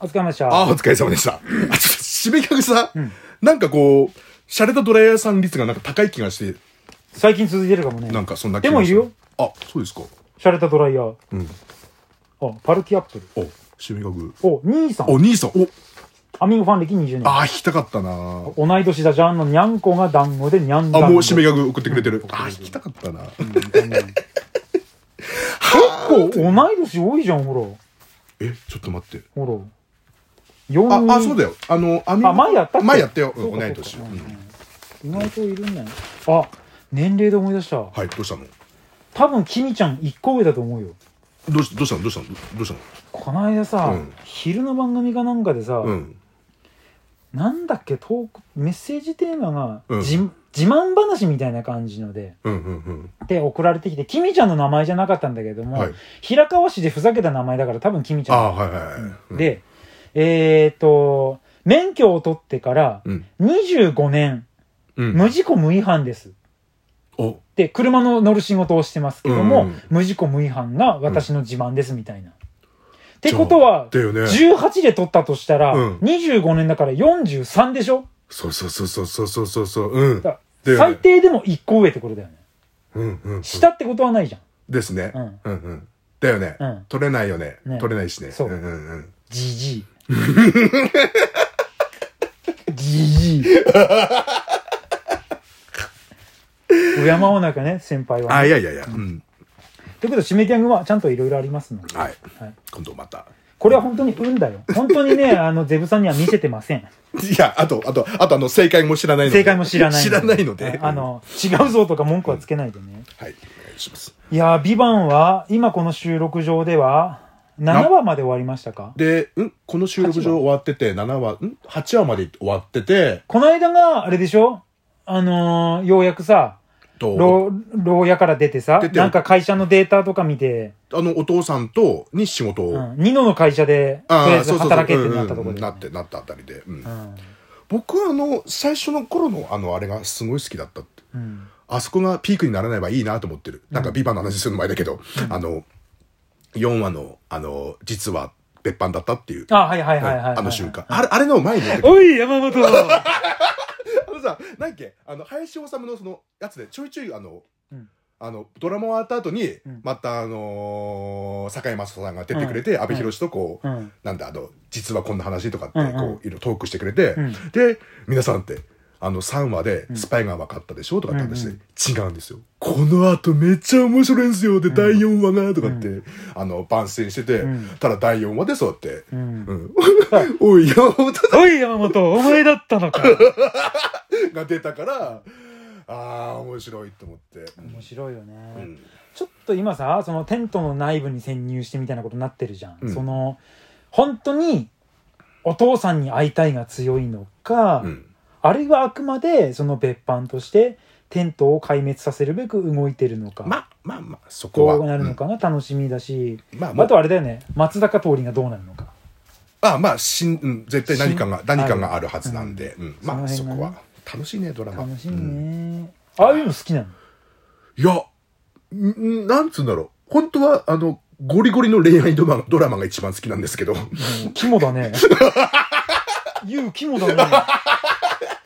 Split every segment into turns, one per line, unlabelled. お疲れ様でした。
あ、お疲れ様でした。あ、ちょっと締め客さ、なんかこう、洒落たドライヤーさん率がなんか高い気がして、
最近続いてるかもね。
なんかそんな気
で
が
もいるよ。。
あ、そうですか。
シャレたドライヤー。
うん。
あ、パルキアップル。
お、締め客。
お、兄さん。
お、兄さん。お、
アミングファン歴20年。
あー、弾きたかったなー
同い年だじゃんのにゃんこが団子でにゃんだ
あ、
んご
もう締め客送ってくれてる。あー、弾きたかったな
お同い年多いじゃん、ほ
え、ちょっと待って。
ら。ほら。4
あ、あ、そうだよ。あの、あ
あ前やったっけ
前やったよ。う
そうんか
同い年。
そううか
ん
意外といるんだよ。あ、年齢で思い出した。
はい、どうしたの
多分、キミちゃん1個上だと思うよ。
どうしどうしたのどうしたのどうしたの
この間さ、
うん
昼の番組かなんかでさ、
うん。
なんだっけ、トーク、メッセージテーマが、
うん
じ自慢話みたいな感じので、
うんうん
で送られてきて、キミちゃんの名前じゃなかったんだけど
うん。
も、
はい。
平川市でふざけた名前だから多分キミち
あ
ゃん。
ー、はいはいはい。、
で、えっ、と、免許を取ってから
うん。
25年、
うん。
無事故無違反です。
お、
で、車の乗る仕事をしてますけども、
うんうん
無事故無違反が私の自慢ですみたいな。ってことは、
だよね。
18で取ったとしたら、
うん
25年だから43でしょ
そうそうそうそうそうそうそうそう。うん。
だ
だよね
最低でも1個上ってことだよね。
うんうんうん。
下ってことはないじゃん。
ですね。
う
うんんうん。だよね
うん。
取れないよね
ね。
取れないしね。
そうん
うんうん。
じじ い。じじい。敬わなきゃね、先輩は、
あ、
ね。
いやいやいや。うん。
ということで、締めギャグはちゃんといろいろありますので。
はい
はい。
今度また。
これは本当に運だよ。本当 にね、あの、ゼブさんには見せてません。
いや、あと、あと、あとあの、正解も知らないので。
正解も知らない
知
ので。
らないので。
ああの、違うぞとか文句はつけないでね。
うん。はい。お願いします。
いやー、ビバンは、今この収録上では、7話まで終わりましたか
で、うんこの収録上終わってて、7話、ん ?8 話まで終わってて、
この間が、あれでしょあのー、ようやくさ、
と、
牢牢屋から出てさ
出て
なんか会社のデータとか見て、
あの、お父さんと、に仕事
う
を。
ん、ニノの会社でと
あ
りあえ
あ、
ず
そうそうそう
働けってなったところ
うんうん
で、
なって、なったあたりで。うん
うん
僕はあの、最初の頃の、あの、あれがすごい好きだったって。
うん
あそこがピークにならないばいいなと思ってる。なんか、ビバの話するの前だけど、あの、4話の、あの、実は、別班だったっていう。
あはいはいはいはいはい
あの瞬間。あれ、あれの前 に、あ
おい山本
のさ、何っけ、あの、林修のその、やつで、ちょいちょい、あの
うん、
あの、ドラマ終わった後に
うん、
また、あのー、坂井雅人さんが出てくれて、阿部寛とこう
う、ん
なんだ、あの、実はこんな話とかって、
うんうん
こう、いろいろトークしてくれて
う、ん
で、皆さんって、あの、3話でスパイが分かったでしょとかって話
う
で
ん、
違うんですよ。この後めっちゃ面白いんですよで、第4話が、とかって、あの、番宣してて
うん、
ただ第4話でそうやって、
うん
うん おい、山本さ
おい山本お前だったのか
んが出たから、あー、面白いと思って。
面白いよね、
うん
ちょっと今さそのテントの内部に潜入してみたいなことになってるじゃん、
うん
その本当にお父さんに会いたいが強いのか、
うん。
あるいはあくまでその別班としてテントを壊滅させるべく動いてるのか、
ま、まあまあ、そこは。
どうなるのかが楽しみだし、
うんまあ、
あ
ま
とあれだよね松坂桃李がどうなるのか
あ、まあ、しん、うん絶対何かが
し、ん
何かがあるはずなんで、うんまあ、
そ
そ
の辺が
こ
ね
は。楽しいね、ドラマ。
楽し
う
み
ん
ね、ああいうの好 きなの
いや、んんなんつうんだろう。本当は、あの、ゴリゴリの恋愛ドラマドラマが一番好きなんですけど。い
うん肝だ ね言う肝だ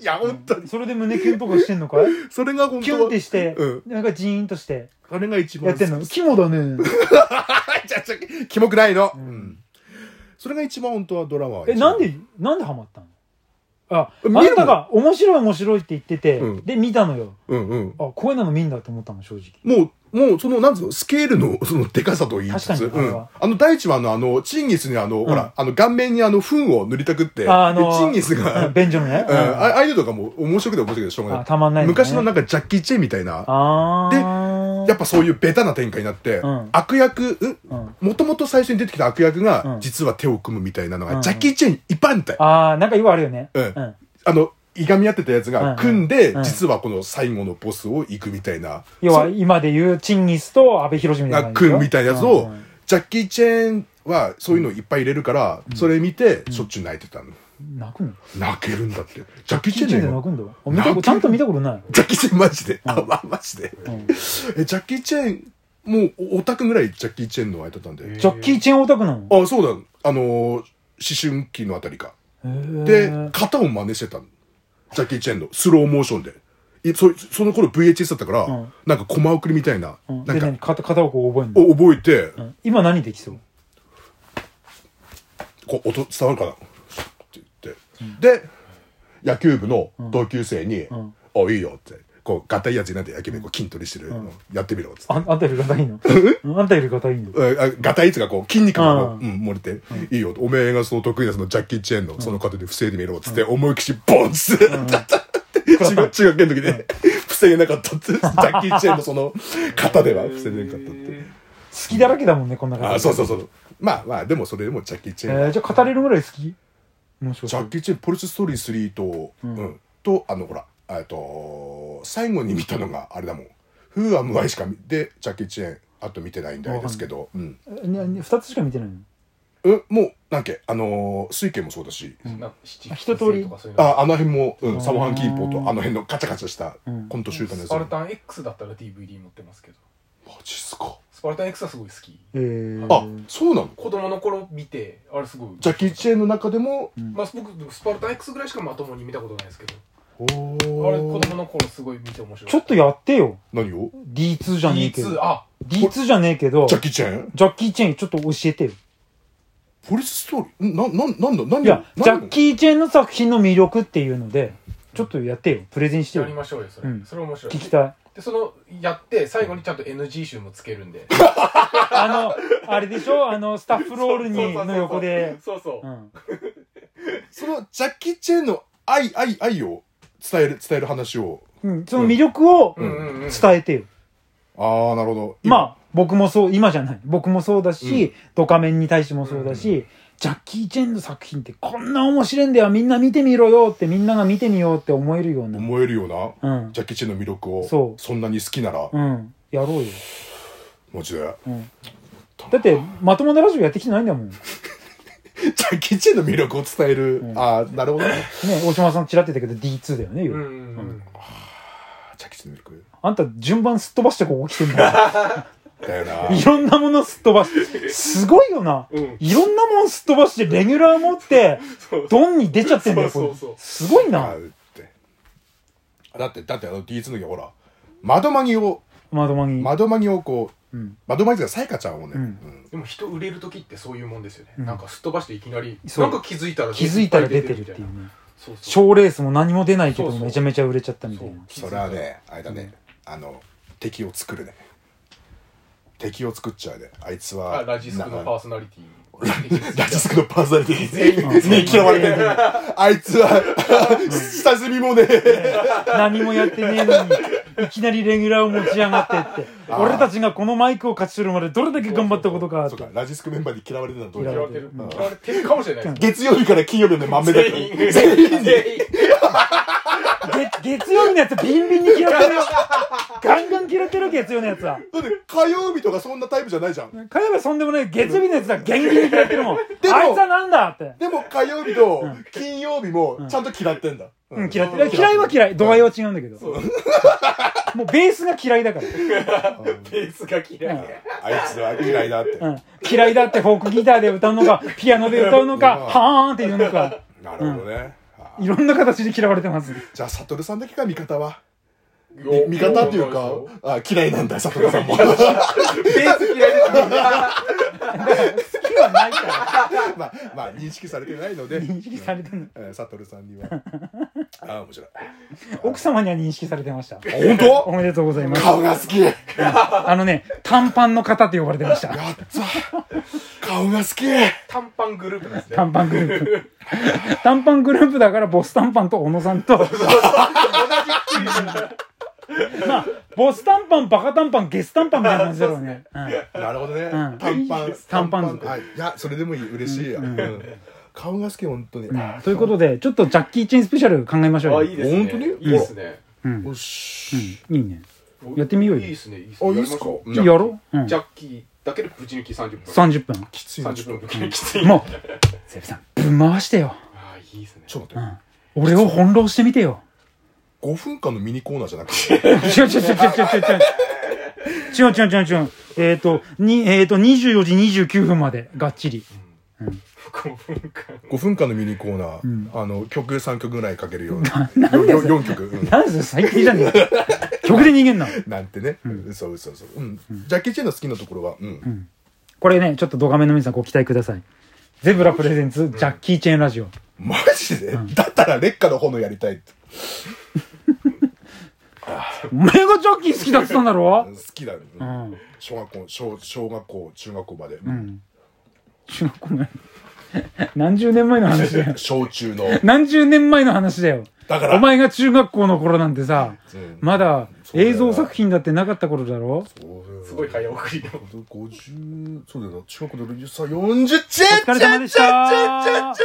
や、本当
ねそれで胸キュンとかしてんのかい
それが本
キ
当
ュン
は
ってして、
うん
なんかジーンとして
あれが一番
や
好
っ
き。
てんの肝だね
はい ちゃちゃ、キモくないの。
う
うんん。それが一番本当はドラマは
え
一番。
なんでなんでハマったのああ
見るの
なたが面白い面白いって言ってて、
うん
で見たのよ
うんうん。
あこういうの見んだと思ったの正直
もう、もう、その、なんつうの、スケールの、その、でかさと言いつつ、
確かに
うん。あの、第一話の、あの、チンギスに、あの、ほら、あの、顔面に、あの、糞を塗りたくって、
ああの
でチンギス が、
うん便所のね、
うん、あああいうのとかも面白くて面白くてしょうがな
あ
い。
たまんないのね
昔のなんかジャッキー・チェンみたいな、
あ
で
ー
やっぱそういうベタな展開になって、
うん
悪役、うん
うん
もともと最初に出てきた悪役
う
が
ん、
実は手を組むみたいなの
うん
が、ジャッキー・チェンいっぱいあんたよ。
ああなんかよくあるよね
うん
うん
あの、いがみ合ってたやつ
うん
が、組んで、
うん
実はこの最後のボスを行くみたいな。
要は
そ
今で言うチンギスと阿部寛みたいな
が
感じでしょ
組むみたいなやつ
う
を
んうん、
ジャッキー・チェンはそういうのいっぱい入れるから、それ見て、しょっちゅう泣いてたの。
泣くの
泣けるんだって。ジャッキー・
チ
チ
ンギス
ェ
で泣
ンの
くんだわあ見たこ
泣
と
く
ちゃんと見たことない
ジャッキー・チェンマジで。
ん
あ、ま、マジで。
うん
え、ジャッキー・チェン、もうオタクぐらいジャッキー・チェンの相手だったんで。
ジャッキー・チェンオタクなの
あ、そうだ。あのー春期のあたりか。
へー
で、型を真似してたの。ジャッキー・チェンのスローモーションで。いそその頃 VHS だったから、
ん
なんかコマ送りみたいな、
うん
なん
で
か、
何片片方覚えんの、
お覚えて、
うん今何できそう
こう音伝わるかなって言って、で野球部の同級生に「
ん
おいいよ」ってこう合体やつになって野球部こう筋トレしてる、やってみろっつって。
あんあんたよりがたいのうんあんたよりがたいの
えあガタイつがこう筋肉がこ
うん
う、うん、漏れて、いいよ、おめえがその得意なそのジャッキー・チェーンのその方で防いでみろ、つって、思いっきりボンっつって、 中学中学の時で、防げなかったって、ジャッキー・チェーンのその型では防げなかったって。
好きだらけだもんねこんな感
あ、
じ
そうそうそう。まあまあ、でもそれでもジャッキー・チェーンは
えーじゃあ語れるぐらい好き面白
ジャ
そう
ッキー・チェン、ポリス・ストーリー3と、うん、と、あの、ほら、えっと、最後に見たのが、あれだもん。フーアムアイしか見、で、ジャッキー・チェン、あと見てないんであれですけど、うん。
えねね二つしか見てないの
うん、もう、なんけ、あのー、水拳もそうだし、
なんか七
あ一通り
とかそういうの
あ、あの辺も、うん、サモハン・キーポーと、
う
あ
ん
の辺のカチャカチャした
うん
コント集団のや
ス
つ。
パル
マ
タン X だったら DVD 持ってますけど
ジっすか。
スパルタン X はすごい好き
えー、
あ、そうなの
子供の頃見てあれすごい
ジャッキー・チェンの中でも、
まあ僕スパルタン X ぐらいしかまともに見たことないですけど
お
あれ子
ー
供の頃すごい見て面白い
ちょっとやってよ
何を
D2 じゃねえけ
D2
ど
あ
D2 じゃねえけどジ
ジャッキー・チェ
ャ
ン
ッキー・チェンちょっと教えてよ
ポリス・ストーリーな、な、なんだ、何を
いやジャッ
ー。
キー・チェンの作品の魅力っていうのでちょっとやってよプレゼンして
や
よ
りましょうよそれ、
うん
それ面白い
聞きたい
でそのやって最後にちゃんと NG 集もつけるんで
あのあれでしょあのスタッフロールにの横で
そうそうう、
ん
その、ジャッキー・チェンの愛、愛、愛を伝える、伝える話を、
うんその魅力を
うんうんうん
伝えてよ
ああ、なるほど。今
まあ、僕もそう、今じゃない。僕もそうだし、ドカメンに対してもそうだし、ジャッキー・チェンの作品ってこんな面白いんだよ、みんな見てみろよって、みんなが見てみようって思えるような。
思えるような、
うん。
ジャッキー・チェンの魅力を、
そう
そんなに好きなら、
うん。やろうよ。
もちろん。
うん。だって、まともなラジオやってきてないんだもん。ね、
ジャッキー・チェンの魅力を伝える。
ん
ああ、なるほどね。
大島さんちらってたけど D2 だよね、
う
よ
んうんうん
ジャッキー・チェンの魅力。
あんた順番すっ飛ばしてここ来てんだよ。
だよ な。
いろんなものすっ飛ばして。すごいよな。
うん
いろんなもんすっ飛ばして、レギュラー持って、
そう
ドンに出ちゃってんだよ、これ
そうそうそう
すごい
あ
な。
ーってだって、だってあの D2 の時はほら、窓マギを、
窓マギ。
窓マギをこう、
うん
窓マギがサイカちゃんをね、
うん
うん
でも人売れる時ってそういうもんですよね、
うん
なんかすっ飛ばしていきなり
そう
なんか気づいたら
気づいたら出てるって
み
い
たな
うね。
そうそう
賞レースも何も出ないけど
そうそう
めちゃめちゃ売れちゃったみたいな
それはね、あれだね、あの、敵を作るね。敵を作っちゃうね。あいつは。
あラジスクの
な
パーソナリティ
ラジスクのパーソナリティ
全員
全員嫌われてる。あいつは、下積みもね、
何もやってねえのにいきなりレギュラーを持ち上がってって
あー
俺たちがこのマイクを勝ち取るまでどれだけ頑張ったことかっ
そう
て
か、ラジスクメンバーに嫌われてたのどう
嫌
嫌
わ
わ
れ
れ
て
てる
る嫌われてるかもしれないです
月曜日から金曜日まで豆だけ
全員 全員全員
げ月曜日のやつビンビンに嫌ってるよガンガン嫌ってる月曜のやつは
だって火曜日とかそんなタイプじゃないじゃん。
火曜日はそんでもない月曜日のやつは元気に嫌ってるもんあいつ
も
はなんだって
でも火曜日と金曜日もちゃんと嫌ってんだ。
うん、嫌ってる嫌いは嫌い度合いは違うんだけど もうベースが嫌いだから
ベースが嫌い
あいつは嫌いだって。
うん嫌いだってフォークギターで歌うのか、ピアノで歌うのか、
うん
はーんって言うのか、
なるほどね。あ
いろんな形で嫌われてます。
じゃあ、サトルさんだけが味方は。
よ
味方っていうか
よ、
あ嫌いなんだ、サトルさんも。
ベース嫌いですよ
好きはないか
まあ、まあ、認識されてないので
ら、。認識されてんの。
えーサトルさ んには。あー面白い。
奥様には認識されてました。
本
お
当
めでとうございます。
顔が好きやっ
あのね、短パンの方って呼ばれてました。
た顔が好き
短パングループなんですね
短パングループ。短パングループだから、ボス短パンと小野さんと、 まあ、ボス短パン、バカ短パン、ゲス短パンみたいな感じだろうね。うん
なるほどね。
ん
短パン。
短パン族
はい。いや、それでもいい。嬉しいや。うん顔が好き、本当に。
うんということで、ちょっとジャッキー・チェンスペシャル考えましょうよ。
あいいですね
本当に
いいですね
うん。
よし。
うんいいね。やってみようよ
いいですねいいです
あ、
ね
いいっすか
やりましょ
やろう。う
うんジ。ャッキーだけでぶち抜き30分
30分。
きついな。ちょ
30分ぶち抜きつい
もう、セブさん、ぶん回してよ。
あーいいですね
ちょっと待って。
俺を翻弄してみてよ。
5分間のミニコーナーじゃなくて。
違う違う違う違う違う違う。違う違う違う違う。えっ、と、に、えっ、と、24時29分まで、がっちり。う
5分間
5分間のミニコーナー、
うん
あの曲3曲ぐらいかけるような 4, 曲、うん
なんすよ最低じゃねえか曲で逃げんな
なんてね、
うん
嘘嘘嘘、うんジャッキー・チェンの好きなところは、うん
うんこれねちょっと動画面の皆さんご期待くださいゼブラプレゼンツジャッキー・チェーンラジオ
マジで、
うん
だったら劣化の炎やりたいって
お前がジャッキー好きだっつったんだろ
好きだ、うん
うん
小学校小小学校中学校まで、
うん中学校前何十年前の話だよ
小中の、
何十年前の話だよ
だから
お前が中学校の頃なんてさ
うん
まだ
そうだよ
映像作品だってなかった頃だろ
すごい早送りの
50そうだよな近くで60歳40チェン
お疲れ様でした